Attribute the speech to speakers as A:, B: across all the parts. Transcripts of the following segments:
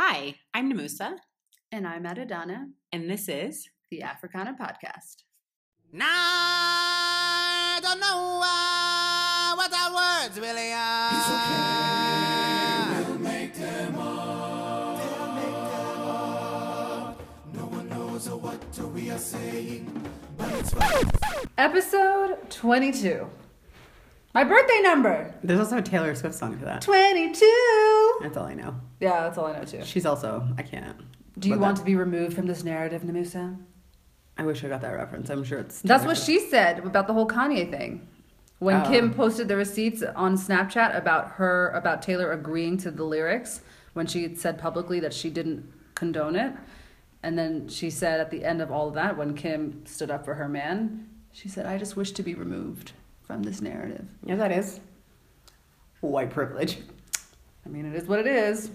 A: Hi, I'm Namusa,
B: And I'm Adadana,
A: and this is
B: the Africana Podcast.
C: Now I don't know uh, what our words really are. It's okay. We'll make
B: Episode 22. My birthday number
A: There's also a Taylor Swift song for that.
B: 22.
A: That's all I know.
B: Yeah, that's all I know too.
A: She's also I can't.
B: Do you
A: but
B: want
A: that-
B: to be removed from this narrative, Namusa?
A: I wish I got that reference. I'm sure it's
B: That's what she said about the whole Kanye thing. When
A: Oh.
B: Kim posted the receipts on Snapchat about her about Taylor agreeing to the lyrics when she had said publicly that she didn't condone it. And then she said at the end of all of that when Kim stood up for her man, she said I just wish to be removed from this narrative.
A: Yeah, that is white privilege.
B: I mean, it is what it is.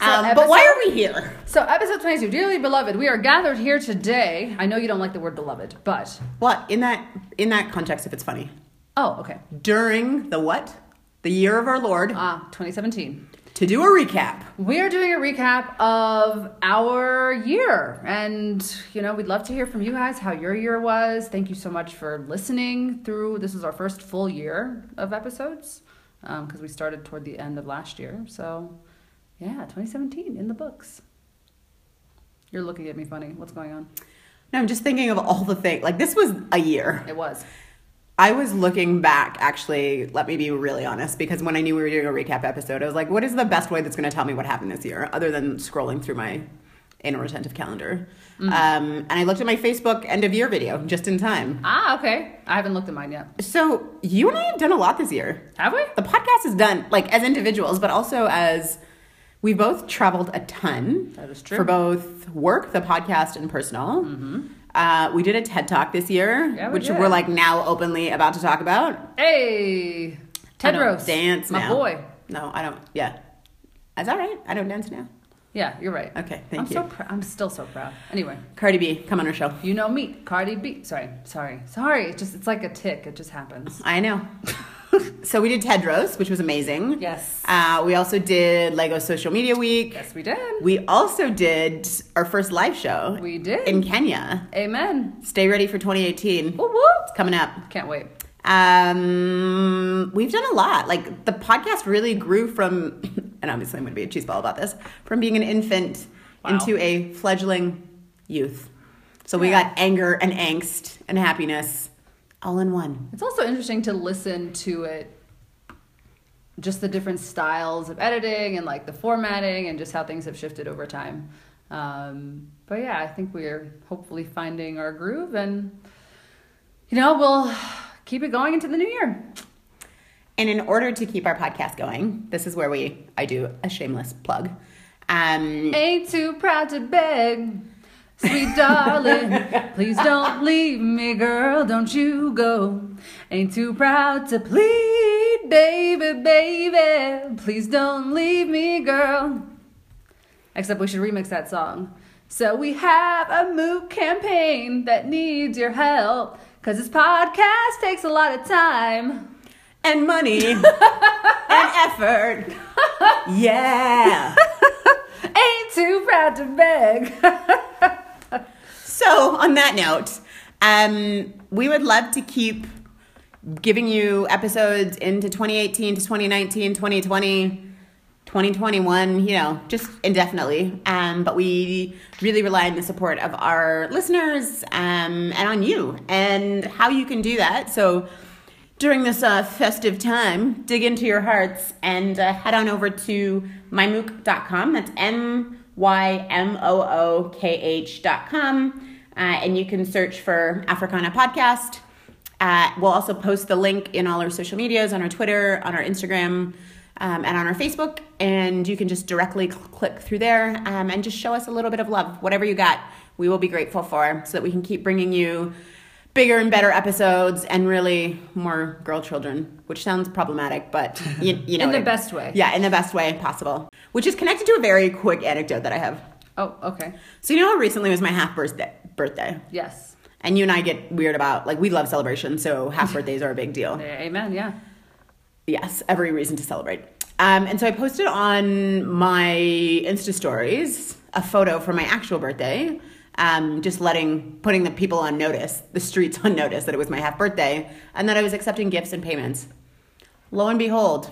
B: So
A: Um, but why
B: episode-
A: are we here?
B: So, episode 22, dearly beloved, we are gathered here today. I know you don't like the word beloved, but
A: Well, in that in that context, if it's funny,
B: oh, okay.
A: during the what? The year of our Lord
B: Ah, 2017.
A: to do a recap.
B: We are doing a recap of our year, and you know, we'd love to hear from you guys how your year was. Thank you so much for listening through. This is our first full year of episodes because we started toward the end of last year. So, yeah, 2017 in the books. You're looking at me funny. What's going on?
A: No, I'm just thinking of all the things. Like this was a year.
B: It was.
A: I was looking back, actually, let me be really honest, because when I knew we were doing a recap episode, I was like, what is the best way that's going to tell me what happened this year, other than scrolling through my inattentive calendar?
B: Mm-hmm.
A: Um, and I looked at my Facebook end of year video just in time.
B: Ah, okay. I haven't looked at mine yet.
A: So you and I have done a lot this year.
B: Have we?
A: The podcast is done, like as individuals, but also as we both traveled a ton.
B: That is true. Mm-hmm.
A: For both work, the podcast, and personal. Uh, we did a TED Talk this year,
B: Yeah, we
A: which
B: did.
A: we're like now openly about to talk about. I
B: Hey, Ted
A: don't
B: Rose,
A: Dance
B: my
A: now.
B: boy.
A: No, I don't. Yeah. Is that right? I don't dance now.
B: Yeah, you're right.
A: Okay, thank
B: I'm
A: you.
B: So pr- I'm still so proud. Anyway,
A: Cardi B, come on our show.
B: you know me, Cardi B. Sorry, sorry, sorry. It's just it's like a tick. It just happens.
A: I know. so we did Tedros, which was amazing.
B: Yes.
A: Uh, we also did Lego Social Media Week.
B: Yes, we did.
A: We also did our first live show.
B: We did.
A: In Kenya.
B: Amen.
A: Stay ready for 2018.
B: Whoop whoop.
A: It's coming up.
B: Can't wait.
A: Um, we've done a lot. Like the podcast really grew from, and obviously I'm going to be a cheeseball about this, from being an infant
B: Wow.
A: into a fledgling youth. So we
B: Yeah.
A: got anger and angst and happiness all in one.
B: It's also interesting to listen to it. Just the different styles of editing and like the formatting and just how things have shifted over time. Um, but yeah, I think we're hopefully finding our groove and you know we'll keep it going into the new year.
A: And in order to keep our podcast going, this is where we I do a shameless plug. Um,
B: Ain't too proud to beg. Sweet darling, please don't leave me, girl, don't you go. Ain't too proud to plead, baby, baby, please don't leave me, girl. Except we should remix that song. So we have a MOOC campaign that needs your help, cause this podcast takes a lot of time.
A: and money and effort. Yeah.
B: Ain't too proud to beg.
A: So, on that note, um, we would love to keep giving you episodes into 2018 to 2019, 2020, 2021, you know, just indefinitely. Um, but we really rely on the support of our listeners um, and on you and how you can do that. So, during this uh, festive time, dig into your hearts and uh, head on over to mymook.com. That's M Y M O O K H.com. Uh, and you can search for Africana Podcast. Uh, we'll also post the link in all our social medias on our Twitter, on our Instagram, um, and on our Facebook. And you can just directly cl- click through there um, and just show us a little bit of love. Whatever you got, we will be grateful for so that we can keep bringing you bigger and better episodes and really more girl children, which sounds problematic, but you, you know.
B: In the
A: what I-
B: best way.
A: Yeah, in the best way possible, which is connected to a very quick anecdote that I have.
B: oh, okay.
A: So, you know how recently was my half birthday? birthday?
B: Yes.
A: And you and I get weird about like we love celebration, so half birthdays are a big deal.
B: Amen, yeah.
A: Yes, every reason to celebrate. Um, and so I posted on my Insta stories a photo from my actual birthday, um, just letting, putting the people on notice, the streets on notice that it was my half birthday, and that I was accepting gifts and payments. Lo and behold,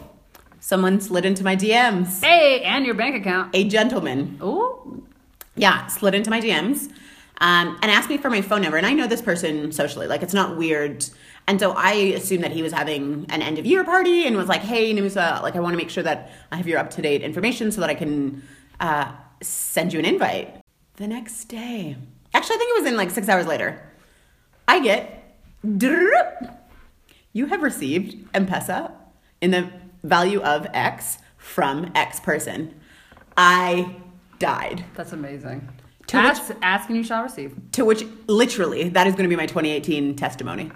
A: someone slid into my DMs.
B: Hey, and your bank account.
A: A gentleman,
B: Ooh.
A: yeah, slid into my DMs um, and asked me for my phone number. And I know this person socially, like it's not weird. And so I assumed that he was having an end of year party and was like, hey, Nusa, like I want to make sure that I have your up to date information so that I can uh, send you an invite. The next day, actually, I think it was in like six hours later, I get, "Droop. you have received M Pesa in the value of X from X person. I died.
B: That's amazing.
A: To which-
B: Ask, ask and you shall receive.
A: To which, literally, that is going to be my 2018 testimony.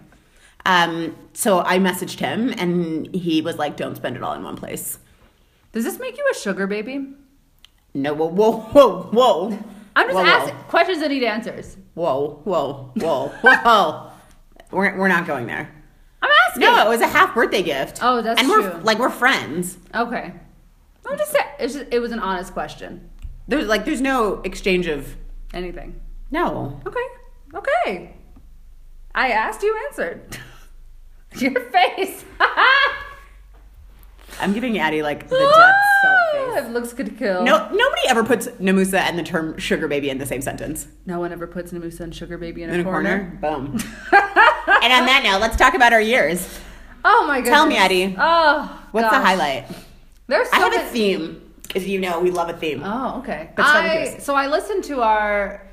A: Um, so I messaged him, and he was like, "Don't spend it all in one place."
B: Does this make you a sugar baby?
A: No, whoa, whoa, whoa, whoa.
B: I'm just
A: Whoa, whoa.
B: asking questions that need answers.
A: Whoa, whoa, whoa, whoa. we're we're not going there.
B: I'm asking.
A: No, it was a half birthday gift.
B: Oh, that's
A: and we're,
B: true.
A: Like we're friends.
B: Okay. I'm just saying, it's just, it was an honest question.
A: There's like there's no exchange of
B: Anything.
A: no.
B: Okay. Okay. I asked, you answered. Your face.
A: I'm giving Addie like the death salt face.
B: It looks good to kill.
A: No, nobody ever puts Namusa and the term sugar baby in the same sentence.
B: No one ever puts Namusa and Sugar Baby in a,
A: in a
B: corner.
A: corner. Boom. and on that note, let's talk about our years.
B: Oh my goodness.
A: Tell me, Addie.
B: Oh.
A: What's
B: gosh.
A: the highlight?
B: There's so
A: I have a
B: many-
A: theme because you know we love a theme.
B: Oh, okay.
A: But start with
B: I,
A: yours.
B: so I listened to our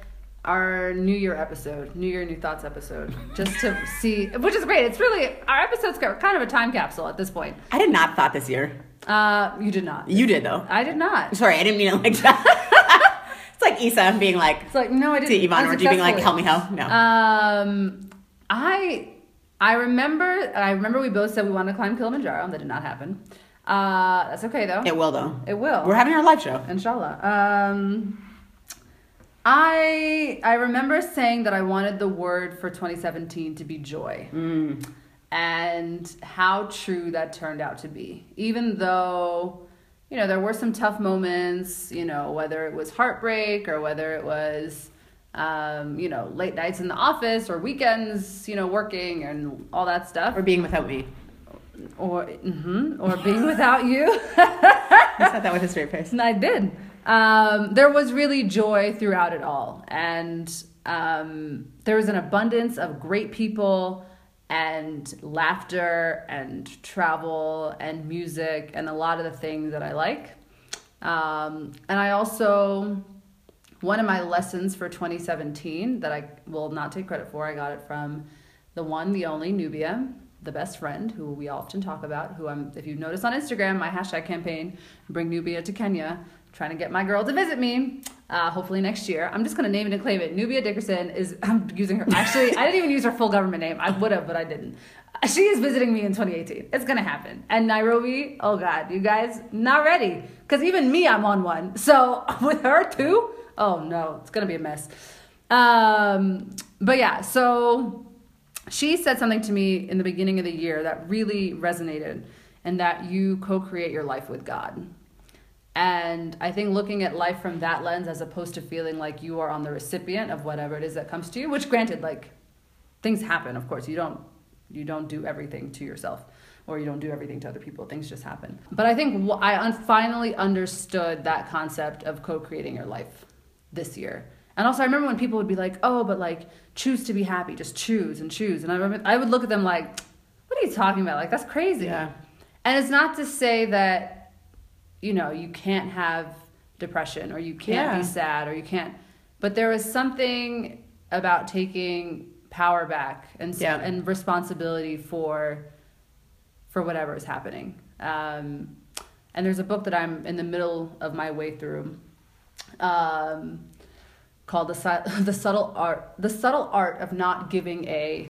B: our New Year episode, New Year New Thoughts episode, just to see, which is great. It's really our episodes are kind of a time capsule at this point.
A: I did not thought this year.
B: Uh, you did not.
A: You did though.
B: I did not.
A: Sorry, I didn't mean it like that. it's like Issa being like
B: It's like no, I didn't.
A: to Yvonne or you being like,
B: Unsuccessfully.
A: "Help me, help." No.
B: Um, I I remember I remember we both said we wanted to climb Kilimanjaro. That did not happen. Uh, that's okay though.
A: it will though.
B: It will.
A: We're having our live show.
B: Inshallah. Um, I I remember saying that I wanted the word for 2017 to be joy, and how true that turned out to be. Even though, you know, there were some tough moments. You know, whether it was heartbreak or whether it was. Um, you know, late nights in the office or weekends, you know, working and all that stuff,
A: Or being without me.
B: or mhm, or being without you.
A: I said that with a straight face.
B: I did. Um, there was really joy throughout it all, and um, there was an abundance of great people, and laughter, and travel, and music, and a lot of the things that I like. Um, and I also, one of my lessons for 2017 that I will not take credit for, I got it from the one, the only Nubia, the best friend who we often talk about, who I'm, if you notice on Instagram, my hashtag campaign, bring Nubia to Kenya, trying to get my girl to visit me. Uh, hopefully next year. I'm just gonna name it and claim it. Nubia Dickerson is. I'm using her. Actually, I didn't even use her full government name. I would have, but I didn't. She is visiting me in 2018. It's gonna happen. And Nairobi, oh god, you guys not ready. Cause even me, I'm on one. So with her too, oh no, it's gonna be a mess. Um, but yeah, so she said something to me in the beginning of the year that really resonated, and that you co-create your life with God. And I think looking at life from that lens as opposed to feeling like you are on the recipient of whatever it is that comes to you, which granted, like things happen, of course. You don't you don't do everything to yourself or you don't do everything to other people. Things just happen. But I think wh- I un- finally understood that concept of co-creating your life this year. And also I remember when people would be like, "Oh, but like choose to be happy, just choose and choose." And I remember I would look at them like, "What are you talking about? Like that's crazy."
A: Yeah.
B: And it's not to say that you know, you can't have depression or you can't
A: Yeah.
B: be sad or you can't but there was something about taking power back and s-
A: Yeah.
B: and responsibility for for whatever is happening. Um, and there's a book that I'm in the middle of my way through um, called the, Su- the subtle art the subtle art of not giving a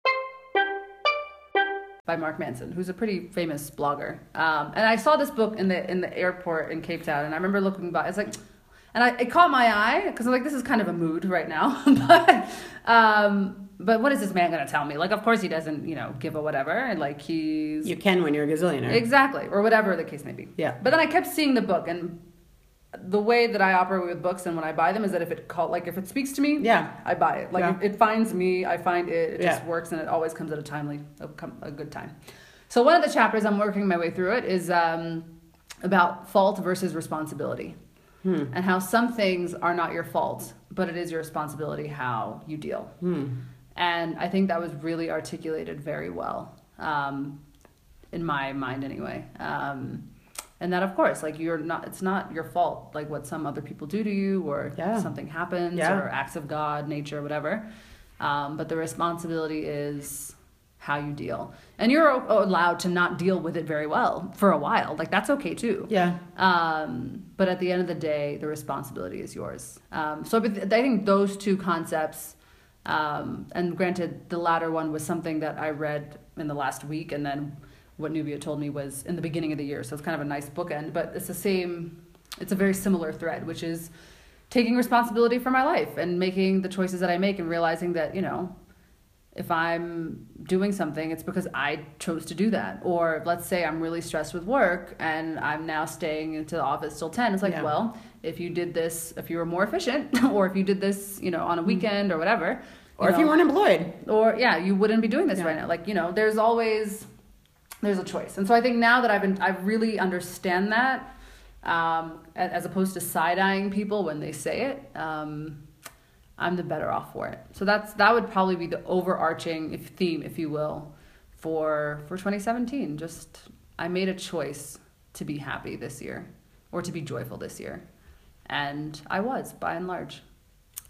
B: by Mark Manson, who's a pretty famous blogger. Um, and I saw this book in the in the airport in Cape Town, and I remember looking by. It's like, and I it caught my eye because I'm like, this is kind of a mood right now. but um, But what is this man gonna tell me? Like, of course he doesn't, you know, give a whatever. And like he's
A: You can when you're a gazillionaire.
B: exactly or whatever the case may be.
A: Yeah.
B: But then I kept seeing the book, and the way that I operate with books and when I buy them is that if it call like if it speaks to me,
A: Yeah.
B: I buy it. Like
A: Yeah.
B: it, it finds me, I find it. It just
A: Yeah.
B: works, and it always comes at a timely, a, com- a good time. So one of the chapters I'm working my way through it is um, about fault versus responsibility,
A: Hmm.
B: and how some things are not your fault, but it is your responsibility how you deal.
A: Hmm.
B: And I think that was really articulated very well, um, in my mind anyway. Um, and that, of course, like you're not, it's not your fault, like what some other people do to you or
A: Yeah.
B: something happens
A: Yeah.
B: or acts of God, nature, whatever. Um, but the responsibility is how you deal. And you're o- allowed to not deal with it very well for a while. Like that's okay too.
A: Yeah.
B: Um, but at the end of the day, the responsibility is yours. Um, so I be- I think those two concepts, um, and granted, the latter one was something that I read in the last week, and then what Nubia told me was in the beginning of the year. So it's kind of a nice bookend, but it's the same, it's a very similar thread, which is taking responsibility for my life and making the choices that I make and realizing that, you know, if I'm doing something, it's because I chose to do that. Or let's say I'm really stressed with work and I'm now staying into the office till 10. It's like,
A: Yeah.
B: well, if you did this, if you were more efficient, or if you did this, you know, on a weekend or whatever.
A: Mm. Or if
B: know,
A: you weren't employed.
B: or yeah, you wouldn't be doing this
A: Yeah.
B: right now. Like, you know, there's always there's a choice. And so I think now that I've been I really understand that um, a- as opposed to side-eyeing people when they say it, um, I'm the better off for it. So that's that would probably be the overarching if, theme, if you will, for for 2017. Just I made a choice to be happy this year or to be joyful this year. And I was by and large.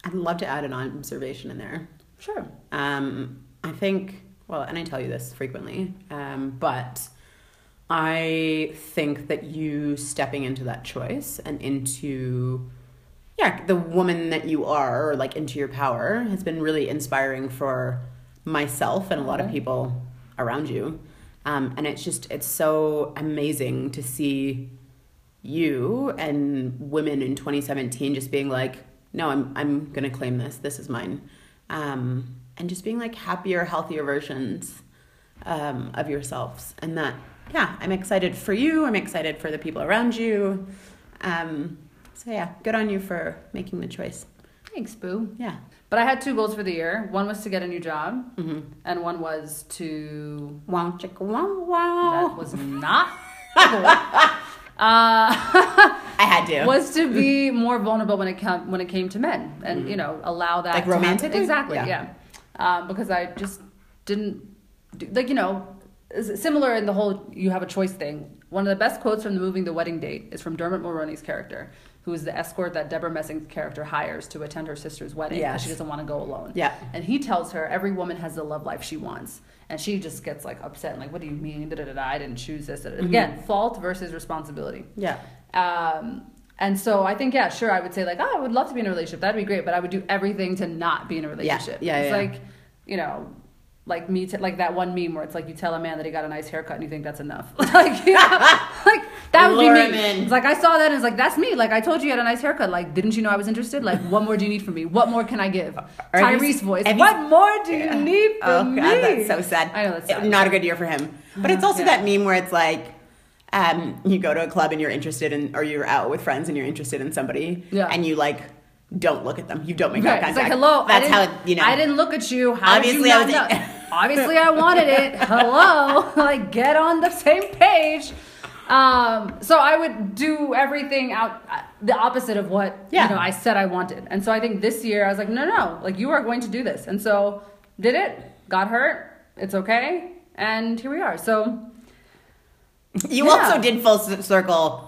A: I'd love to add an observation in there.
B: Sure.
A: Um, I think, well, and I tell you this frequently, um, but I think that you stepping into that choice and into, yeah, the woman that you are, or like into your power, has been really inspiring for myself and a lot of people around you. Um, and it's just, it's so amazing to see you and women in 2017 just being like, no, I'm I'm gonna claim this. This is mine, um, and just being like happier, healthier versions um, of yourselves. And that, yeah, I'm excited for you. I'm excited for the people around you. Um, so yeah, good on you for making the choice.
B: Thanks, boo.
A: Yeah,
B: But I had two goals for the year. One was to get a new job, and one was to.
A: wow, Mm-hmm. chicka, wow, wow.
B: That was not. a goal. uh,
A: I had to.
B: was to be more vulnerable when it came when it came to men, and you know allow
A: Mm-hmm.
B: that
A: Like
B: to happen.
A: romantically?
B: exactly,
A: Yeah.
B: yeah. Um, because I just didn't do, like you know is similar in the whole you have a choice thing. One of the best quotes from the movie The Wedding Date is from Dermot Mulroney's character, who is the escort that Deborah Messing's character hires to attend her sister's wedding. 'cause
A: Yes.
B: she doesn't want to go alone.
A: Yeah.
B: And he tells her every woman has the love life she wants. And she just gets like upset and like, what do you mean? Da, da, da, da, I didn't choose this. Da, da, da. Again, fault versus responsibility.
A: yeah,
B: Um, and so I think, yeah, sure, I would say like, oh, I would love to be in a relationship. That'd be great. But I would do everything to not be in a relationship.
A: yeah,
B: it's
A: yeah.
B: like, you know, like me, t- like that one meme where it's like you tell a man that he got a nice haircut and you think that's enough. like, you know, like that would
A: Lure
B: be
A: him
B: me.
A: in.
B: It's like I saw that and it's like that's me. Like I told you you had a nice haircut. Like didn't you know I was interested? Like what more do you need from me? What more can I give?
A: have you
B: Tyrese
A: se-
B: voice.
A: have you
B: What
A: se-
B: more do you need
A: Oh
B: from me?
A: god, that's so sad.
B: I know that's
A: It-
B: sad. Uh-huh,
A: not a good year for him. But it's also
B: Yeah.
A: that meme where it's like, um, you go to a club and you're interested in, or you're out with friends and you're interested in somebody,
B: Yeah.
A: and you like don't look at them. You don't make eye
B: Right. It's
A: contact.
B: like, hello.
A: That's
B: I
A: how
B: didn't,
A: it, you know.
B: I didn't look at you. How
A: Obviously,
B: obviously,
A: I
B: did you
A: was
B: not
A: in-
B: know? obviously, I wanted it. Hello. like, get on the same page. Um, so I would do everything out the opposite of what
A: Yeah.
B: you know I said I wanted. And so I think this year I was like, no, no, like you are going to do this. And so did it. Got hurt. It's okay. And here we are. So
A: You
B: Yeah.
A: also did full c- circle.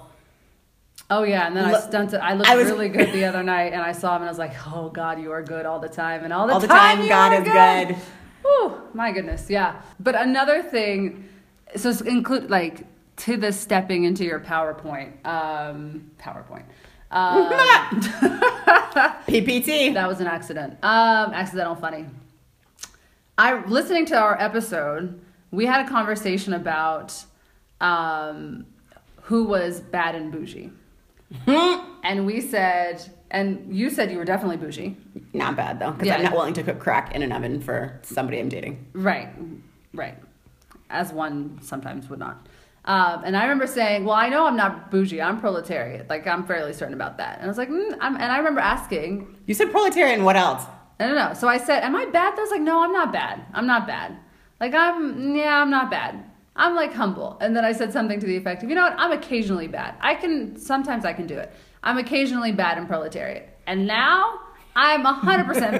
B: Oh yeah, and then I
A: Look-
B: stunted. I looked
A: I was-
B: really good the other night, and I saw him, and I was like, "Oh God, you are good all the time, and all the,
A: All the time,
B: you
A: God
B: are
A: is good.
B: Whew, my goodness, yeah. But another thing, so s- include like to the stepping into your PowerPoint, um, PowerPoint. Um,
A: PPT.
B: that was an accident. Um, accidental funny. I listening to our episode, we had a conversation about um, who was bad and bougie, and we said, and you said you were definitely bougie.
A: Not bad though, because
B: Yeah.
A: I'm not willing to cook crack in an oven for somebody I'm dating.
B: Right, right. As one sometimes would not. Um, and I remember saying, "Well, I know I'm not bougie. I'm proletariat. Like I'm fairly certain about that." And I was like, mm, I'm, "And I remember asking,
A: You said proletarian. What else?
B: I don't know." So I said, "Am I bad?" I was like, "No, I'm not bad. I'm not bad. Like I'm, yeah, I'm not bad. I'm like humble." And then I said something to the effect of, "You know what? I'm occasionally bad. I can sometimes I can do it. I'm occasionally bad and proletariat. And now I'm 100%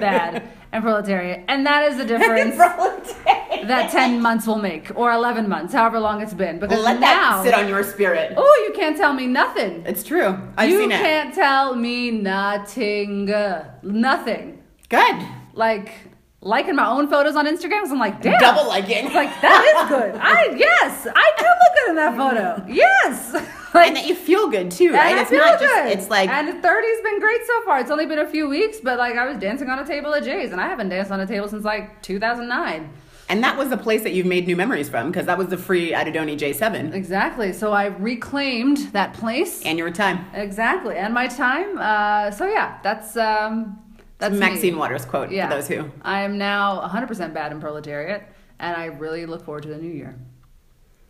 B: bad and proletariat. And that is the difference."
A: proletarian.
B: that 10 months will make or 11 months however long it's been because
A: Let that
B: now
A: sit on your spirit.
B: oh you can't tell me nothing
A: It's true. I've
B: you
A: seen it.
B: can't tell me nothing uh, nothing
A: Good.
B: like liking my own photos on instagram 'cause i'm like damn
A: Double liking.
B: It's like that is good i yes i do look good in that photo yes
A: and that you feel good too, right?
B: And I
A: it's
B: feel
A: not
B: good.
A: just. It's like
B: and 30's been great so far. It's only been a few weeks, but like I was dancing on a table at Jay's, and I haven't danced on a table since like 2009.
A: And that was the place that you've made new memories from because that was the free Adidoni J7
B: Exactly. So I reclaimed that place.
A: and your time.
B: exactly, and my time. Uh, so yeah, that's um, that's me.
A: Maxine Waters quote for those who.
B: I am now 100% bad in proletariat, and I really look forward to the new year.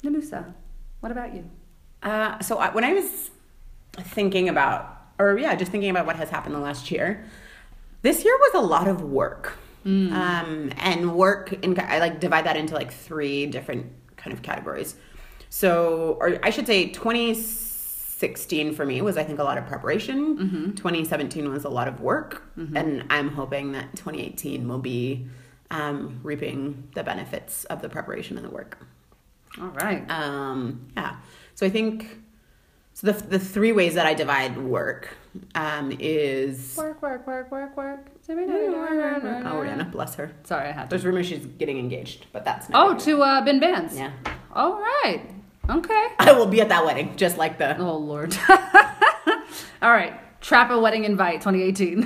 B: Namusa, what about you?
A: Uh, so I, when I was thinking about, or yeah, just thinking about what has happened the last year, this year was a lot of work. Um, and work, in, I like divide that into like three different kind of categories. So, or I should say 2016 for me was, I think, a lot of preparation. 2017 was a lot of work. And I'm hoping that 2018 will be um, reaping the benefits of the preparation and the work.
B: All right.
A: Um, yeah. So I think so. The the three ways that I divide work um, is oh
B: work, work, work, work, work.
A: Rihanna, bless her.
B: Sorry, I had to.
A: There's rumors she's getting engaged, but that's not
B: Oh, to uh, Ben Vance.
A: Yeah.
B: All right. Okay.
A: I will be at that wedding, just like the
B: Oh Lord. All right. Trap a wedding invite 2018.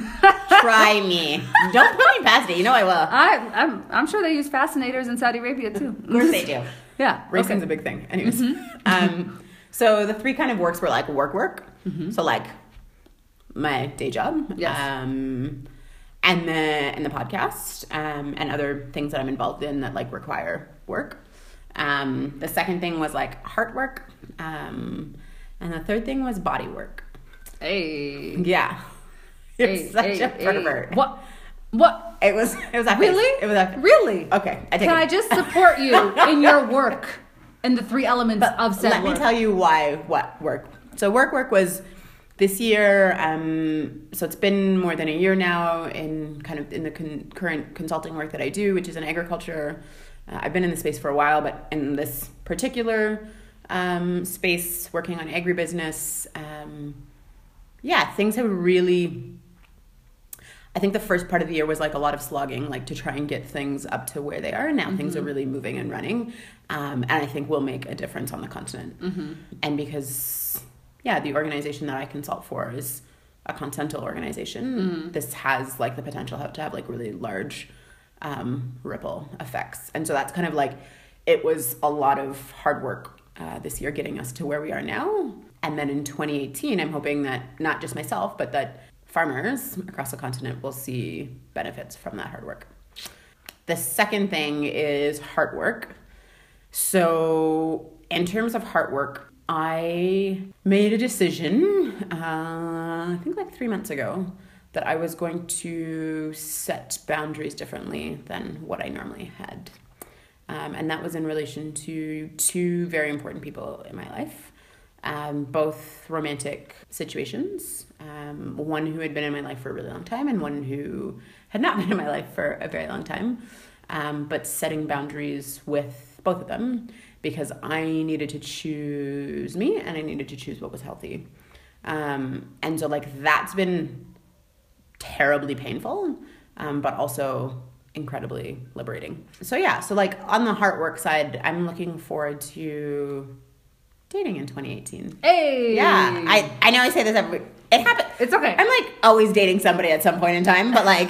A: try me. Don't put me past it. You know I will.
B: I, I'm, I'm sure they use fascinators in Saudi Arabia too.
A: Of course they do.
B: yeah.
A: Racing's
B: okay. Mm-hmm.
A: a big thing. Anyways, um, so the three kind of works were like work, work. So like my day job,
B: Mm-hmm. Yes.
A: um, and the and the podcast, um, and other things that I'm involved in that like require work. Um, the second thing was like heart work, um, and the third thing was body work.
B: Hey.
A: Yeah, you're
B: hey,
A: such
B: hey,
A: a
B: hey.
A: pervert.
B: What? What?
A: It was. It was that face.
B: Really?
A: It was that.
B: Really?
A: Okay, I take
B: Can
A: it.
B: I just support you in your work and the three elements of said
A: Let
B: work?
A: me tell you why what work. So work work was this year. Um, so it's been more than a year now in kind of in the con- current consulting work that I do, which is in agriculture. Uh, I've been in the space for a while, but in this particular um, space, working on agribusiness. Um, yeah, things have really. I think the first part of the year was like a lot of slogging, like to try and get things up to where they are. Now things are really moving and running, um, and I think will make a difference on the continent. And because, yeah, the organization that I consult for is a continental organization. This has like the potential to have like really large um, ripple effects, and so that's kind of like it was a lot of hard work uh, this year getting us to where we are now. And then in 2018, I'm hoping that not just myself, but that farmers across the continent will see benefits from that hard work. The second thing is hard work. So, in terms of hard work, I made a decision, uh, I think like three months ago, that I was going to set boundaries differently than what I normally had. Um, and that was in relation to two very important people in my life, um, both romantic situations. Um, one who had been in my life for a really long time, and one who had not been in my life for a very long time. Um, but setting boundaries with both of them because I needed to choose me and I needed to choose what was healthy. Um, and so, like, that's been terribly painful, um, but also incredibly liberating. So yeah, so like on the heart work side, I'm looking forward to dating in 2018.
B: hey.
A: Yeah, I I know I say this every. It happens.
B: It's okay.
A: I'm like always dating somebody at some point in time, but like,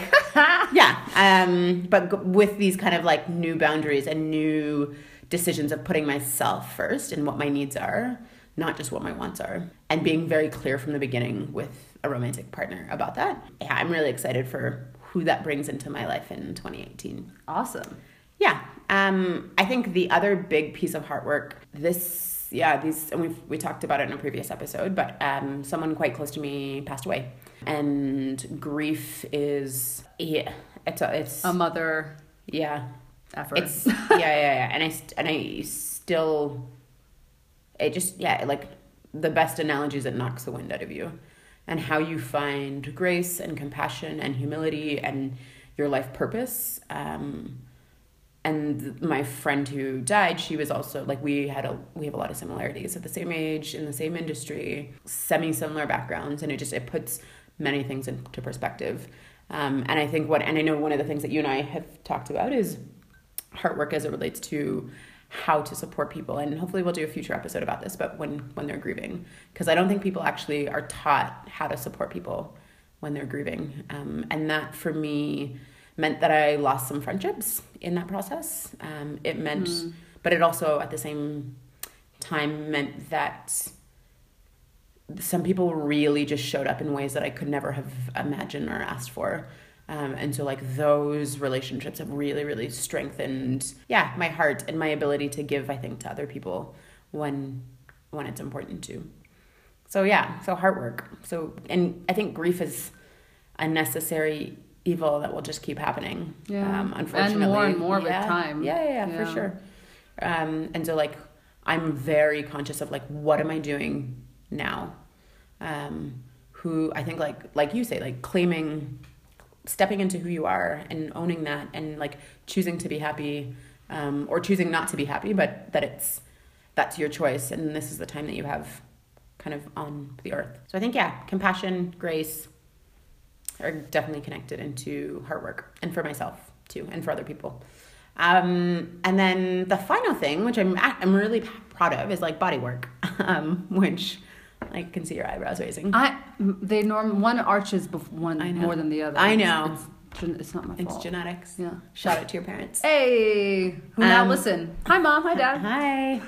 A: yeah. Um, but g- with these kind of like new boundaries and new decisions of putting myself first and what my needs are, not just what my wants are, and being very clear from the beginning with a romantic partner about that. Yeah, I'm really excited for who that brings into my life in 2018.
B: Awesome.
A: Yeah. Um, I think the other big piece of heart work this, yeah, these, and we've, we talked about it in a previous episode, but um, someone quite close to me passed away. And grief is, yeah, it's, a, it's,
B: A mother
A: yeah,
B: effort.
A: it's, yeah, yeah, yeah. And I, st- and I still, it just, yeah, like the best analogy is it knocks the wind out of you and how you find grace and compassion and humility and your life purpose. Um, and my friend who died she was also like we had a we have a lot of similarities at the same age in the same industry semi similar backgrounds and it just it puts many things into perspective um, and i think what and i know one of the things that you and i have talked about is heart work as it relates to how to support people and hopefully we'll do a future episode about this but when when they're grieving because i don't think people actually are taught how to support people when they're grieving. Um, and that for me meant that I lost some friendships in that process. Um, it meant, but it also at the same time meant that some people really just showed up in ways that I could never have imagined or asked for. Um, and so, like, those relationships have really, really strengthened, yeah, my heart and my ability to give, I think, to other people when when it's important to. So yeah, so hard work. So and I think grief is a necessary evil that will just keep happening.
B: Yeah.
A: Um,
B: And more
A: unfortunately,
B: and more with
A: Yeah.
B: time.
A: Yeah, yeah, yeah,
B: Yeah.
A: for sure. Um, and so like I'm very conscious of like what am I doing now? Um, who I think like like you say like claiming, stepping into who you are and owning that and like choosing to be happy, um, or choosing not to be happy, but that it's that's your choice and this is the time that you have kind of on the earth. So I think yeah, compassion, grace are definitely connected into heart work and for myself too and for other people. Um, and then the final thing, which I'm ac- I'm really p- proud of, is like body work, um, which I can see your eyebrows raising.
B: I they norm one arches bef- one
A: I know.
B: more than the other.
A: I
B: It's-
A: know.
B: It's, gen- it's not my
A: It's
B: fault.
A: genetics.
B: Yeah.
A: Shout out to your parents.
B: Hey, who now
A: Um,
B: listen? Hi mom, hi dad.
A: Hi.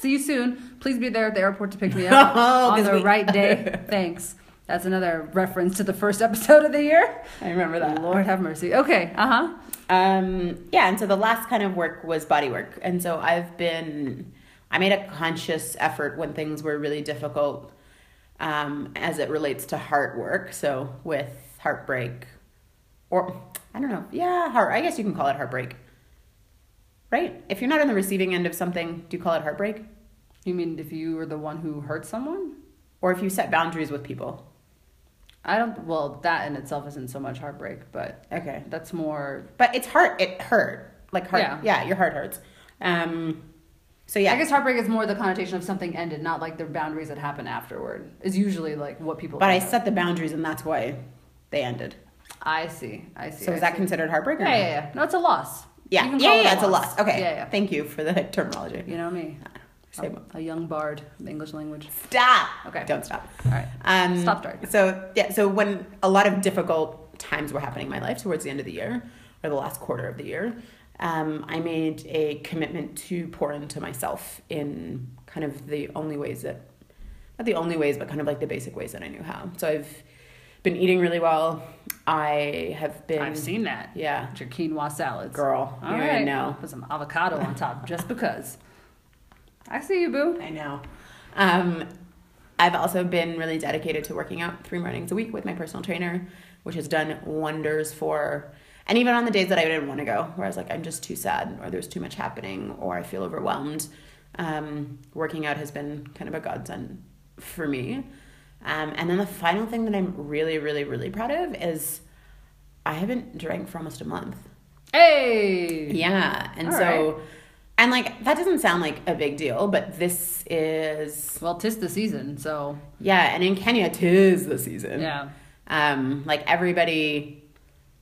B: See you soon. Please be there at the airport to pick me up
A: Oh,
B: on
A: 'cause
B: the
A: we-
B: right day. Thanks. That's another reference to the first episode of the year.
A: I remember that.
B: Lord have mercy. Okay, uh huh.
A: Um, yeah, and so the last kind of work was body work. And so I've been, I made a conscious effort when things were really difficult um, as it relates to heart work. So with heartbreak, or I don't know, yeah, heart, I guess you can call it heartbreak, right? If you're not on the receiving end of something, do you call it heartbreak?
B: You mean if you were the one who hurt someone?
A: Or if you set boundaries with people.
B: I don't. Well, that in itself isn't so much heartbreak, but
A: Okay.
B: that's more.
A: But it's heart, it hurt. Like heart,
B: Yeah.
A: yeah, your heart hurts. Um, so yeah.
B: I guess heartbreak is more the connotation of something ended, not like the boundaries that happen afterward. Is usually like what people.
A: But I
B: think of.
A: set the boundaries, and that's why they ended.
B: I see. I see.
A: So
B: I
A: is that
B: see.
A: considered heartbreak? or
B: Yeah,
A: no?
B: yeah, yeah. No, it's a loss.
A: Yeah, yeah,
B: You can
A: yeah,
B: call it
A: it's a loss. Okay,
B: Yeah, yeah.
A: thank you for the terminology.
B: you know me.
A: Say
B: A-
A: what?
B: a young bard of English language.
A: Stop.
B: Okay.
A: Don't stop.
B: All right.
A: Um,
B: Stop dark.
A: So yeah, so when a lot of difficult times were happening in my life towards the end of the year or the last quarter of the year, um, I made a commitment to pour into myself in kind of the only ways that, not the only ways, but kind of like the basic ways that I knew how. So I've been eating really well. I have been.
B: I've seen that.
A: Yeah.
B: Your quinoa salads.
A: Girl,
B: All
A: you
B: right.
A: already know.
B: Put some avocado on top just because. I see you, boo.
A: I know. Um, I've also been really dedicated to working out three mornings a week with my personal trainer, which has done wonders for. And even on the days that I didn't want to go, where I was like, I'm just too sad, or there's too much happening, or I feel overwhelmed, um, working out has been kind of a godsend for me. Um, and then the final thing that I'm really, really, really proud of is I haven't drank for almost a month.
B: Hey.
A: Yeah. And
B: Mm-hmm. All
A: so, and like, that doesn't sound like a big deal, but this is
B: Well, tis the season, so
A: yeah, and in Kenya, tis the season.
B: Yeah.
A: Um, like everybody,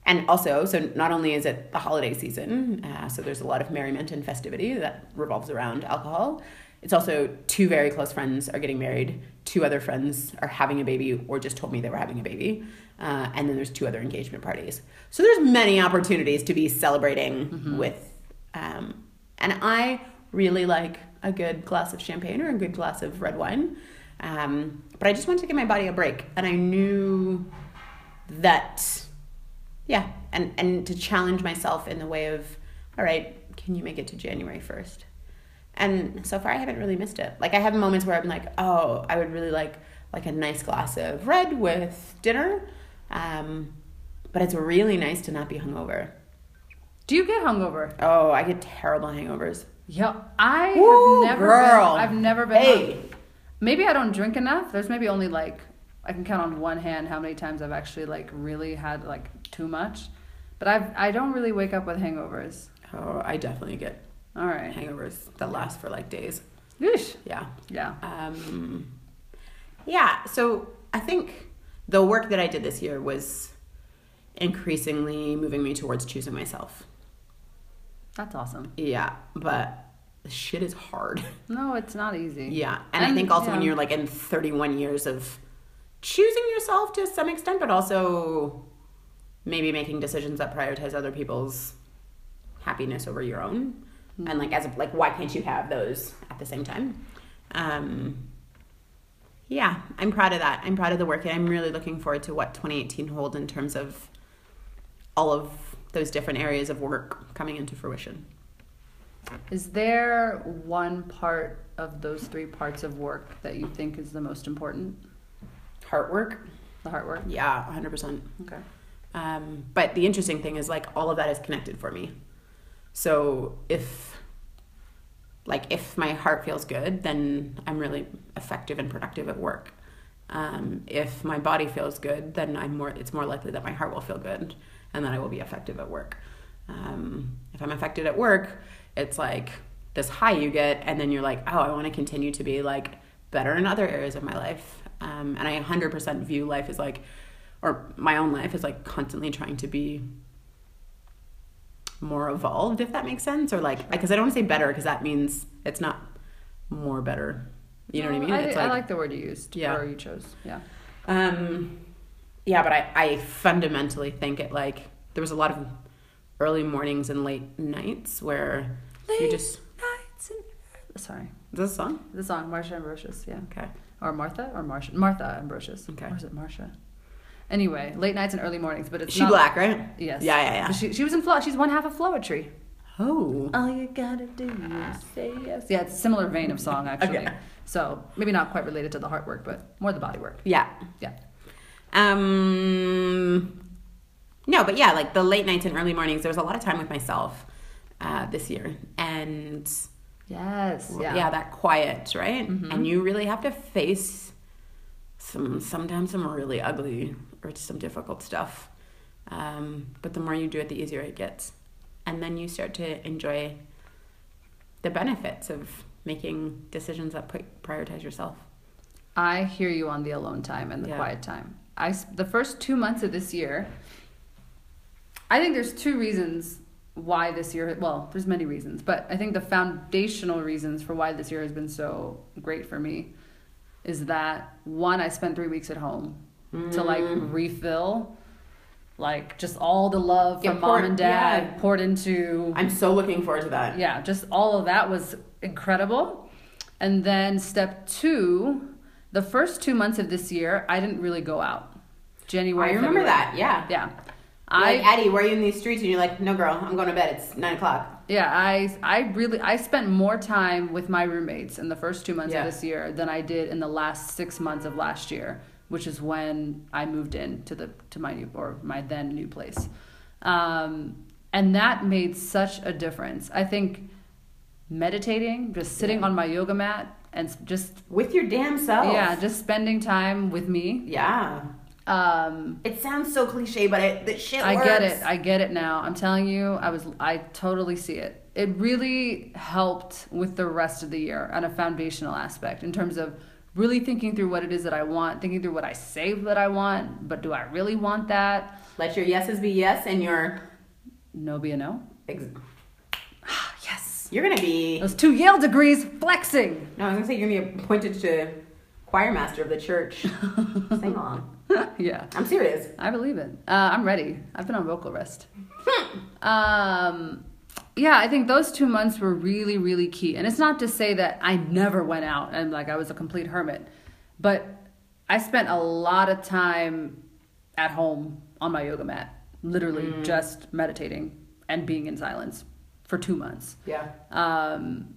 A: and also, so not only is it the holiday season, uh, so there's a lot of merriment and festivity that revolves around alcohol. It's also two very close friends are getting married, two other friends are having a baby or just told me they were having a baby, uh, and then there's two other engagement parties. So there's many opportunities to be celebrating with, um, and I really like a good glass of champagne or a good glass of red wine. Um, but I just wanted to give my body a break, and I knew that, yeah, and and to challenge myself in the way of, all right, can you make it to January first? And so far, I haven't really missed it. Like I have moments where I'm like, oh, I would really like like a nice glass of red with dinner, um, but it's really nice to not be hungover.
B: Do you get hungover?
A: Oh, I get terrible hangovers.
B: Yeah, I
A: Woo,
B: have never
A: girl.
B: been. I've never been.
A: Hey.
B: hung- Maybe I don't drink enough. There's maybe only like I can count on one hand how many times I've actually like really had like too much. But I've I don't really wake up with hangovers.
A: Oh, I definitely get
B: All right.
A: hangovers that last for like days.
B: Yeesh.
A: Yeah.
B: Yeah.
A: Um, yeah. So I think the work that I did this year was increasingly moving me towards choosing myself.
B: That's awesome.
A: Yeah. But shit is hard.
B: No, it's not easy.
A: Yeah. And, I
B: And,
A: think also when
B: yeah.
A: you're like in 31 years of choosing yourself to some extent, but also maybe making decisions that prioritize other people's happiness over your own. And like, as a, like, why can't you have those at the same time? Um, yeah, I'm proud of that. I'm proud of the work, and I'm really looking forward to what 2018 holds in terms of all of those different areas of work coming into fruition.
B: Is there one part of those three parts of work that you think is the most important?
A: Heart work,
B: The hard work.
A: yeah, 100 percent.
B: Okay.
A: Um, but the interesting thing is like all of that is connected for me. So if like if my heart feels good, then I'm really effective and productive at work. Um, if my body feels good, then I'm more. It's more likely that my heart will feel good, and that I will be effective at work. Um, if I'm affected at work, it's like this high you get, and then you're like, oh, I want to continue to be like better in other areas of my life. Um, and I 100% view life as like, or my own life is like constantly trying to be more evolved, if that makes sense, or like because I don't want to say better because that means it's not more better. You know what I mean?
B: I,
A: it's
B: I like the word you used.
A: Yeah.
B: Or you chose. Yeah.
A: um, yeah, but I, I fundamentally think it like there was a lot of early mornings and late nights where you
B: Late
A: just
B: Nights and sorry.
A: is this a song
B: The song Marsha Ambrosius, yeah.
A: okay
B: Or Martha or Marsha Martha Ambrosius.
A: Okay.
B: Or is it Marsha? Anyway, late nights and early mornings, but it's
A: she
B: not-
A: black right
B: Yes.
A: yeah yeah yeah
B: But She, she was in Flo- she's one half of Flowetry.
A: oh
B: All you gotta do is say yes. Yeah, it's a similar vein of song actually.
A: Okay.
B: So maybe not quite related to the heart work, but more the body work.
A: yeah
B: Yeah.
A: um no but yeah like the late nights and early mornings there was a lot of time with myself uh, this year and
B: Yes.
A: yeah,
B: Yeah. Mm-hmm.
A: that quiet right and you really have to face some sometimes some really ugly or some difficult stuff um, but the more you do it the easier it gets and then you start to enjoy the benefits of making decisions that pri- prioritize yourself
B: I hear you on the alone time and the
A: Yeah.
B: quiet time. I s- the first two months of this year. I think there's two reasons why this year. Well, there's many reasons, but I think the foundational reasons for why this year has been so great for me is that one, I spent three weeks at home to like
A: Mm.
B: refill, like just all the love
A: Get
B: from mom
A: poured-
B: and dad
A: yeah.
B: poured into
A: i'm so looking forward to that
B: yeah, just all of that was incredible. And then step two, the first two months of this year, I didn't really go out. January.
A: i remember
B: February.
A: that yeah,
B: Yeah.
A: I,
B: I
A: like eddie were you in these streets and you're like no girl i'm going to bed it's nine o'clock
B: yeah, I I really I spent more time with my roommates in the first two months
A: Yeah.
B: of this year than I did in the last six months of last year, which is when I moved in to the to my new or my then new place. Um, and that made such a difference. I think meditating, just sitting on my yoga mat and s- just
A: with your damn self
B: yeah, just spending time with me.
A: yeah
B: Um,
A: it sounds so cliche but it that shit
B: I
A: works.
B: get it. I get it now. I'm telling you, I was I totally see it. It really helped with the rest of the year on a foundational aspect in terms of really thinking through what it is that I want, thinking through what I say that I want, but do I really want that?
A: Let your yeses be yes and your
B: No be a no.
A: ex-
B: Yes.
A: you're gonna be
B: Those two Yale degrees flexing.
A: no, I was gonna say you're gonna be appointed to choir master of the church. Sing along.
B: yeah.
A: I'm serious.
B: I believe it. Uh, I'm ready. I've been on vocal rest. um, yeah, I think those two months were really, really key. And it's not to say that I never went out and like I was a complete hermit, but I spent a lot of time at home on my yoga mat, literally just meditating and being in silence for two months
A: Yeah.
B: um,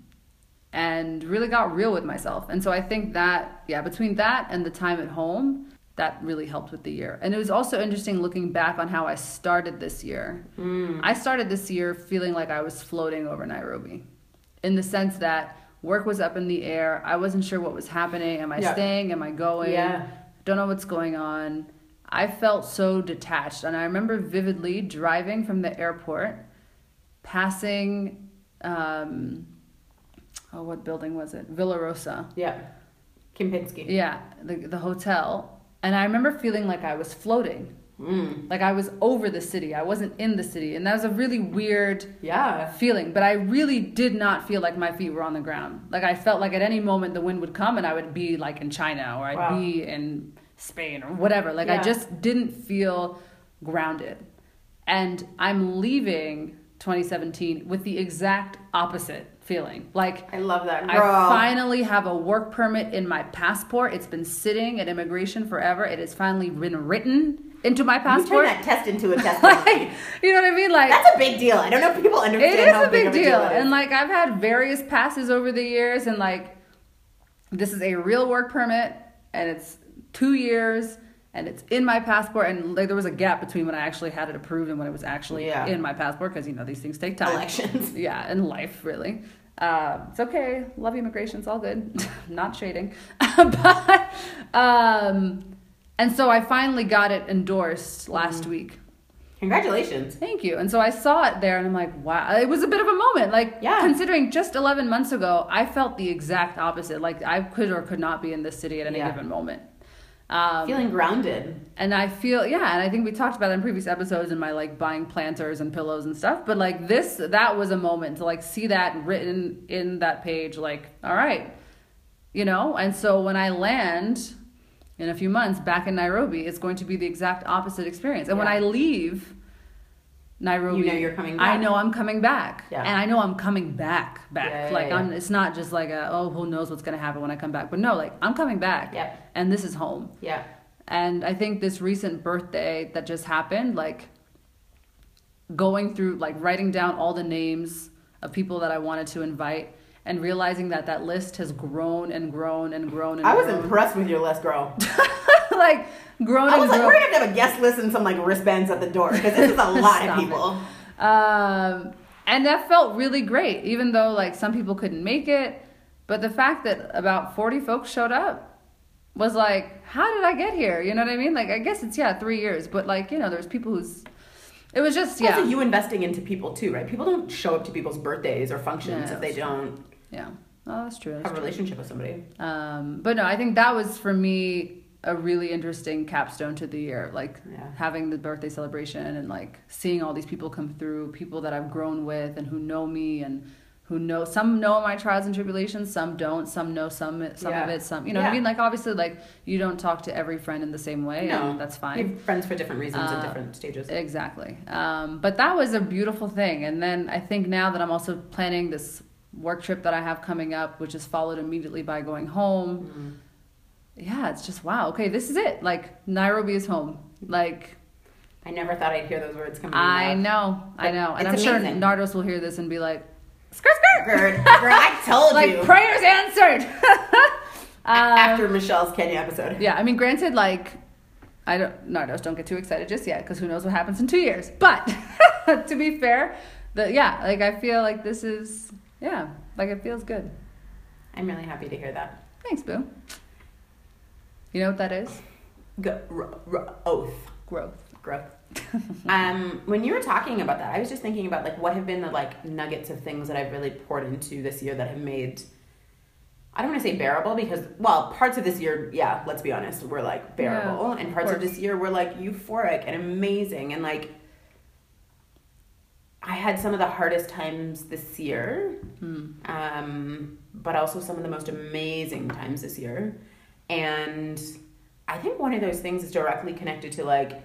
B: and really got real with myself. And so I think that, yeah, between that and the time at home, that really helped with the year. And it was also interesting looking back on how I started this year. I started this year feeling like I was floating over Nairobi in the sense that work was up in the air. I wasn't sure what was happening. Am I
A: Yeah.
B: staying? Am I going?
A: Yeah.
B: Don't know what's going on. I felt so detached. And I remember vividly driving from the airport passing um oh what building was it villa rosa
A: Yeah. Kim Pinsky.
B: yeah the, the hotel and i remember feeling like i was floating
A: Mm.
B: like i was over the city i wasn't in the city and that was a really weird
A: Yeah.
B: feeling but i really did not feel like my feet were on the ground like i felt like at any moment the wind would come and i would be like in china or i'd
A: Wow.
B: be in spain or whatever like
A: Yeah.
B: i just didn't feel grounded and i'm leaving 2017 with the exact opposite feeling like
A: I love that girl.
B: I finally have a work permit in my passport. It's been sitting at immigration forever. It has finally been written into my
A: you turn
B: passport.
A: that test into a test.
B: like, you know what I mean? Like,
A: That's a big deal. I don't know if people understand
B: it is
A: how
B: a big
A: of
B: deal.
A: it is.
B: And like I've had various passes over the years and like this is a real work permit and it's 2 years and it's in my passport and like there was a gap between when I actually had it approved and when it was actually
A: Yeah.
B: in my passport cuz you know these things take time.
A: Elections.
B: Yeah, and life really. Uh, it's okay. Love immigration. It's all good. Not shading. but um and so I finally got it endorsed
A: Mm-hmm.
B: last week.
A: Congratulations.
B: Thank you. And so I saw it there and I'm like, wow, it was a bit of a moment. Like,
A: Yeah.
B: considering just 11 months ago, I felt the exact opposite. Like, I could or could not be in this city at any
A: Yeah.
B: given moment. Um,
A: Feeling grounded.
B: and I feel, yeah, and I think we talked about it in previous episodes and my like buying planters and pillows and stuff. But like, this, that was a moment to like see that written in that page, like, all right, you know? And so when I land in a few months back in Nairobi, it's going to be the exact opposite experience. And when
A: Yeah.
B: I leave, Nairobi.
A: You know you're coming
B: I
A: back.
B: know I'm coming back.
A: Yeah.
B: And I know I'm coming back, back.
A: Yeah, yeah,
B: like
A: yeah.
B: I'm it's not just like a oh who knows what's gonna happen when I come back. But no, like I'm coming back.
A: Yep.
B: And this is home.
A: Yeah.
B: And I think this recent birthday that just happened, like going through like writing down all the names of people that I wanted to invite and realizing that that list has grown and grown and grown and
A: I was
B: grown.
A: impressed with your list, girl.
B: like grown
A: I
B: and
A: was like,
B: grown.
A: we're gonna have to have a guest list and some like wristbands at the door because this is a lot of
B: Stop it.
A: people.
B: Um, and that felt really great, even though like some people couldn't make it. But the fact that about 40 folks showed up was like, how did I get here? You know what I mean? Like, I guess it's, yeah, three years, but like, you know, there's people who's, it was just, yeah.
A: Also, you investing into people too, right? People don't show up to people's birthdays or functions
B: Yeah,
A: if they
B: that's true.
A: don't
B: yeah. Oh, that's true. that's
A: have a relationship with somebody.
B: Um, but no, I think that was for me a really interesting capstone to the year. Like
A: Yeah.
B: having the birthday celebration and like seeing all these people come through, people that I've grown with and who know me and who know some know my trials and tribulations, some don't, some know some some
A: Yeah.
B: of it, some you know what
A: Yeah.
B: I mean. Like obviously, like you don't talk to every friend in the same way, and that's
A: You
B: fine.
A: have friends for different reasons at
B: Uh,
A: different stages.
B: Exactly. Um, but that was a beautiful thing. And then I think now that I'm also planning this work trip that I have coming up, which is followed immediately by going home. Yeah, it's just wow. Okay, this is it. Like Nairobi is home. Like
A: I never thought I'd hear those words coming.
B: I
A: out.
B: know, I
A: But
B: know, and I'm
A: it's
B: sure
A: amazing.
B: Nardos will hear this and be like, "Skirt, skirt."
A: Girl, girl, I told
B: Like
A: you.
B: prayers answered. um,
A: after Michelle's Kenya episode.
B: yeah, I mean, granted, like, I don't, Nardos, don't get too excited just yet because who knows what happens in two years. But to be fair, the yeah, like I feel like this is yeah, like it feels good.
A: I'm really happy to hear that.
B: Thanks, Boo. You know what that is?
A: Go, r- r- oath.
B: Growth.
A: growth. um, when you were talking about that, I was just thinking about like what have been the like nuggets of things that I've really poured into this year that have made. I don't want to say bearable because well, parts of this year, yeah, let's be honest, were like bearable,
B: Yeah,
A: and
B: of
A: parts of,
B: course.
A: this year were like euphoric and amazing, and like. I had some of the hardest times this year,
B: Hmm,
A: um, but also some of the most amazing times this year. And I think one of those things is directly connected to like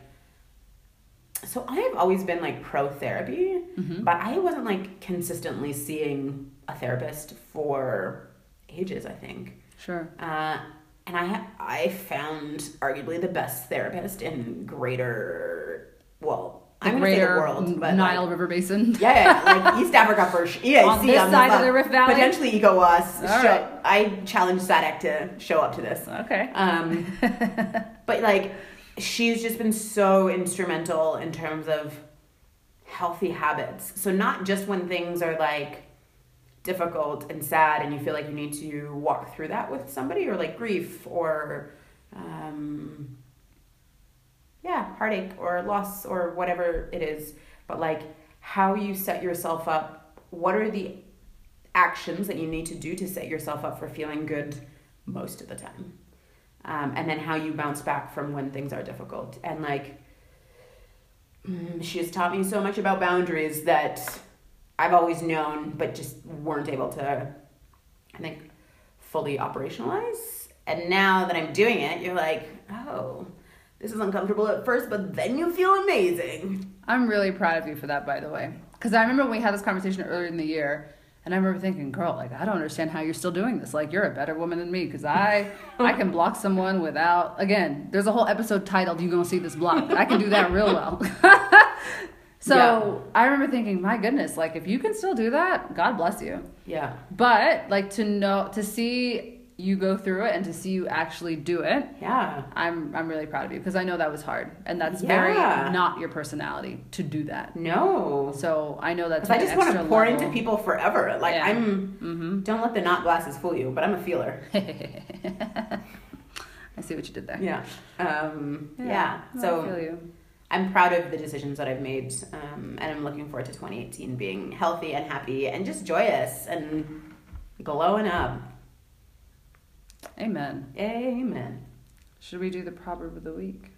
A: so I have always been like pro therapy,
B: Mm-hmm.
A: but I wasn't like consistently seeing a therapist for ages, I think.
B: Sure.
A: Uh, and I ha- I found arguably the best therapist in greater well
B: The
A: I'm gonna say
B: greater
A: the world but
B: Nile
A: like,
B: River Basin.
A: yeah, yeah like East Africa for sh- EAC
B: On this side of the Rift Valley?
A: potentially ego us
B: All
A: show-
B: right.
A: I challenge Sadak to show up to this
B: Okay.
A: um, but like, she's just been so instrumental in terms of healthy habits. So not just when things are like difficult and sad, and you feel like you need to walk through that with somebody, or like grief, or um, yeah, heartache, or loss, or whatever it is. But like, how you set yourself up. What are the actions that you need to do to set yourself up for feeling good most of the time? um, and then how you bounce back from when things are difficult. And like, mm, she has taught me so much about boundaries that I've always known, but just weren't able to, I think, fully operationalize. And now that I'm doing it, you're like, oh, this is uncomfortable at first, but then you feel amazing.
B: I'm really proud of you for that, by the way. Because I remember when we had this conversation earlier in the year, and I remember thinking, girl, like, I don't understand how you're still doing this. Like, you're a better woman than me, because I, I can block someone without, again, there's a whole episode titled, You Gonna See This Block. I can do that real well. so I remember thinking, my goodness, like, if you can still do that, God bless you.
A: Yeah.
B: But, like, to know, to see you go through it and to see you actually do it,
A: Yeah.
B: I'm I'm really proud of you because I know that was hard and that's
A: Yeah.
B: very not your personality to do that.
A: No.
B: So I know that's
A: Because I just want to pour into people forever. Like,
B: Yeah.
A: I'm,
B: Mm-hmm.
A: don't let the not glasses fool you, but I'm a feeler.
B: I see what you did there.
A: Yeah. Um, yeah.
B: No, I feel
A: So
B: you.
A: I'm proud of the decisions that I've made, um, and I'm looking forward to 2018 being healthy and happy and just joyous and glowing up.
B: Amen.
A: Amen.
B: Should we do the proverb of the week?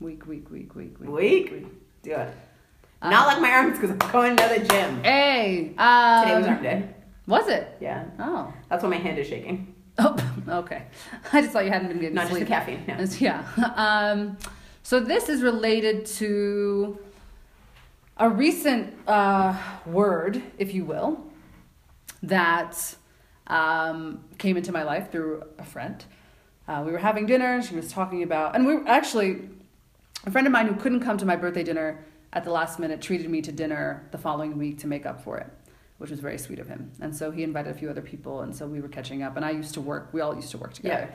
B: Week, week, week, week, week.
A: Week, do it.
B: Um,
A: Not like my arms because I'm going to the gym.
B: Hey. Um,
A: Today was arm day.
B: Was it?
A: Yeah.
B: Oh.
A: That's why my hand is shaking.
B: Oh. Okay. I just thought you hadn't been getting
A: Not just
B: sleep.
A: the caffeine. No.
B: It's- Yeah. Um, so this is related to a recent uh, word, if you will, that um, came into my life through a friend. Uh, we were having dinner, and she was talking about, and we were actually, a friend of mine who couldn't come to my birthday dinner at the last minute treated me to dinner the following week to make up for it, which was very sweet of him. And so he invited a few other people, and so we were catching up. And I used to work; we all used to work together.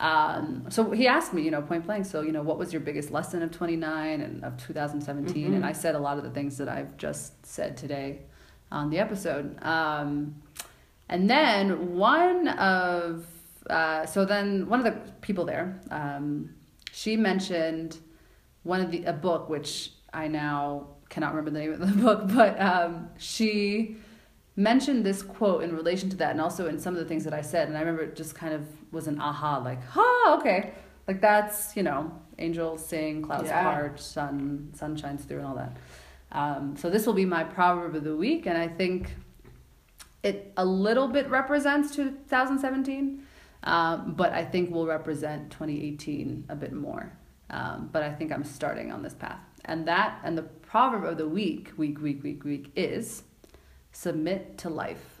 B: Um, so he asked me, you know, point blank. So you know, what was your biggest lesson of 29 and of 2017? And I said a lot of the things that I've just said today on the episode. Um, and then one of, uh, so then one of the people there, um, she mentioned one of the, a book, which I now cannot remember the name of the book, but um, she mentioned this quote in relation to that and also in some of the things that I said. And I remember it just kind of was an aha, like, ha, okay. Like that's, you know, angels sing, clouds
A: Yeah.
B: apart, sun, sun shines through and all that. Um, so this will be my proverb of the week. And I think it a little bit represents 2017, um, but I think will represent 2018 a bit more. Um, but I think I'm starting on this path. And that and the proverb of the week, week, week, week, week is submit to life.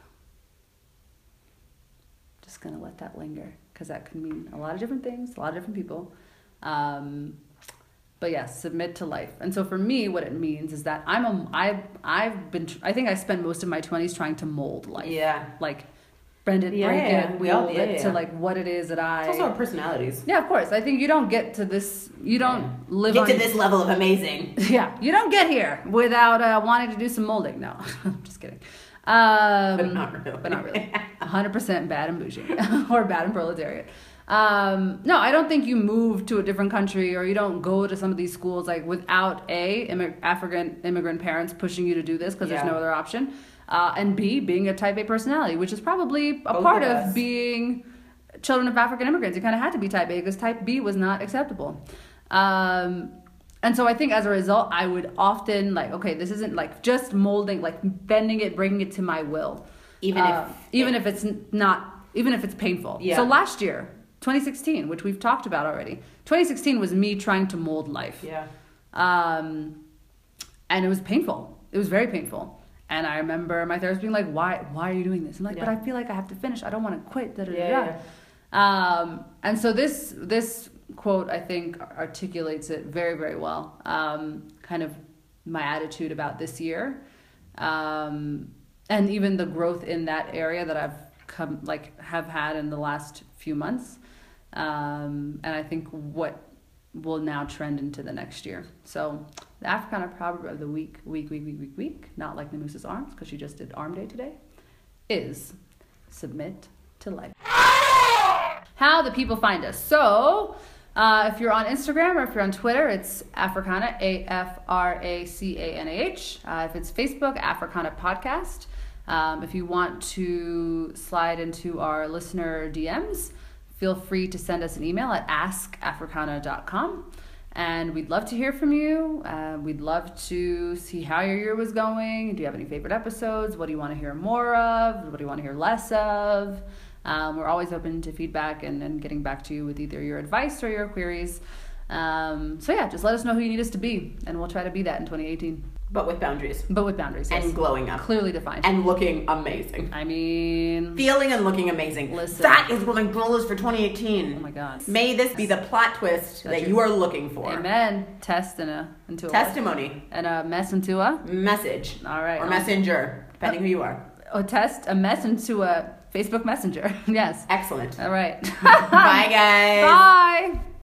B: Just gonna let that linger because that can mean a lot of different things, a lot of different people. Um, but yes, submit to life. And so for me, what it means is that I'm a I've I've been tr- I think I spent most of my twenties trying to mold life.
A: Yeah.
B: Like bend it,
A: Yeah,
B: break
A: yeah,
B: it,
A: we all-
B: mold
A: yeah,
B: it
A: yeah,
B: to
A: yeah.
B: like what it is that I.
A: It's also our personalities.
B: yeah, of course. I think you don't get to this. You don't live
A: Get
B: on
A: to this level of amazing.
B: yeah, you don't get here without uh, wanting to do some molding. No, I'm just kidding. Um,
A: But not really.
B: But not really. 100% bad and bougie or bad and proletariat. Um, no, I don't think you move to a different country or you don't go to some of these schools like without a immi- African immigrant parents pushing you to do this because
A: Yeah.
B: there's no other option, uh, and B being a Type A personality, which is probably a
A: Both
B: part
A: of
B: of,
A: us.
B: being children of African immigrants. You kind of had to be Type A because Type B was not acceptable. Um, and so I think as a result, I would often like, okay, this isn't like just molding, like bending it, bringing it to my will,
A: Even if-
D: Um,
B: even if it's n- not, even if it's painful.
A: Yeah.
B: So last year, 2016, which we've talked about already, 2016 was me trying to mold life.
A: Yeah.
B: Um, and it was painful. It was very painful. And I remember my therapist being like, "Why? Why are you doing this?" I'm like, "But
D: Yeah.
B: I feel like I have to finish. I don't want to quit." Da, da, da,
D: Yeah,
B: da.
D: yeah.
B: Um, and so this this quote I think articulates it very very well. Um, kind of my attitude about this year, um, and even the growth in that area that I've come like have had in the last few months, um, and I think what will now trend into the next year. So the Africana proverb of the week, week, week, week, week, week, not like the moose's arms because she just did arm day today, is submit to life how the people find us. So, uh, if you're on Instagram or if you're on Twitter, it's Africana, A F R A C A N A H. Uh, if it's Facebook, Africana Podcast. Um, if you want to slide into our listener DMs, feel free to send us an email at askafricana.com. And we'd love to hear from you. Uh, we'd love to see how your year was going. Do you have any favorite episodes? What do you want to hear more of? What do you want to hear less of? Um, we're always open to feedback and, and getting back to you with either your advice or your queries. Um, so, yeah, just let us know who you need us to be, and we'll try to be that in 2018,
A: but with boundaries
B: but with boundaries. yes.
A: and glowing up
B: Clearly defined.
A: and looking amazing.
B: I mean,
A: Feeling and looking amazing.
B: Listen.
A: That is what my goal is for 2018.
B: oh my God.
A: May this be the plot twist
B: That's
A: that
B: your-
A: you are looking for.
B: Amen. Test and a, into a
A: Testimony,
B: And a mess into a.
A: message,
B: All right.
A: or
B: um,
A: messenger, depending who you are.
B: or test a mess into a Facebook Messenger. yes.
A: Excellent.
B: All right.
A: Bye, guys.
B: Bye.